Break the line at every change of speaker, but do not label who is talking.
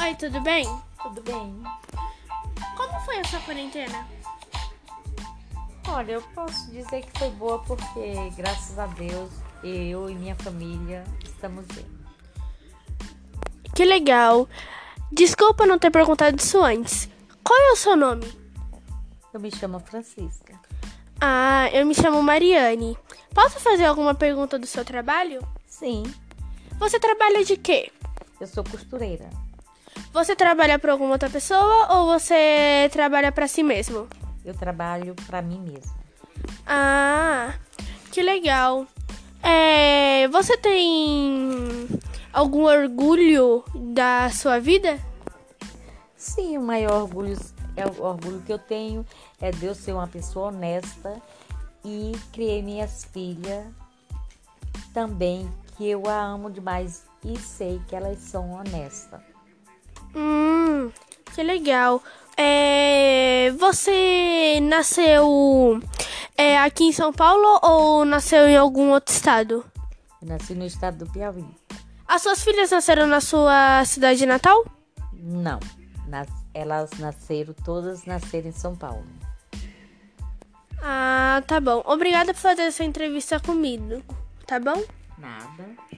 Oi, tudo bem?
Tudo bem?
Como foi a sua quarentena?
Olha, eu posso dizer que foi boa porque, graças a Deus, eu e minha família estamos bem.
Que legal. Desculpa não ter perguntado isso antes. Qual é o seu nome?
Eu me chamo Francisca.
Ah, eu me chamo Mariane. Posso fazer alguma pergunta do seu trabalho?
Sim,
Você trabalha de quê?
eu sou costureira.
Você trabalha para alguma outra pessoa ou você trabalha para si mesmo?
Eu trabalho para mim mesma.
Ah, que legal. É, você tem algum orgulho da sua vida?
Sim, o maior orgulho é o orgulho que eu tenho é de eu ser uma pessoa honesta e criei minhas filhas também que eu a amo demais e sei que elas são honestas.
Hum, que legal. É, você nasceu é, aqui em São Paulo ou nasceu em algum outro estado?
Eu nasci no estado do Piauí.
As suas filhas nasceram na sua cidade natal?
Não. Nas- elas nasceram, todas nasceram em São Paulo.
Ah, tá bom. Obrigada por fazer essa entrevista comigo, tá bom?
Nada.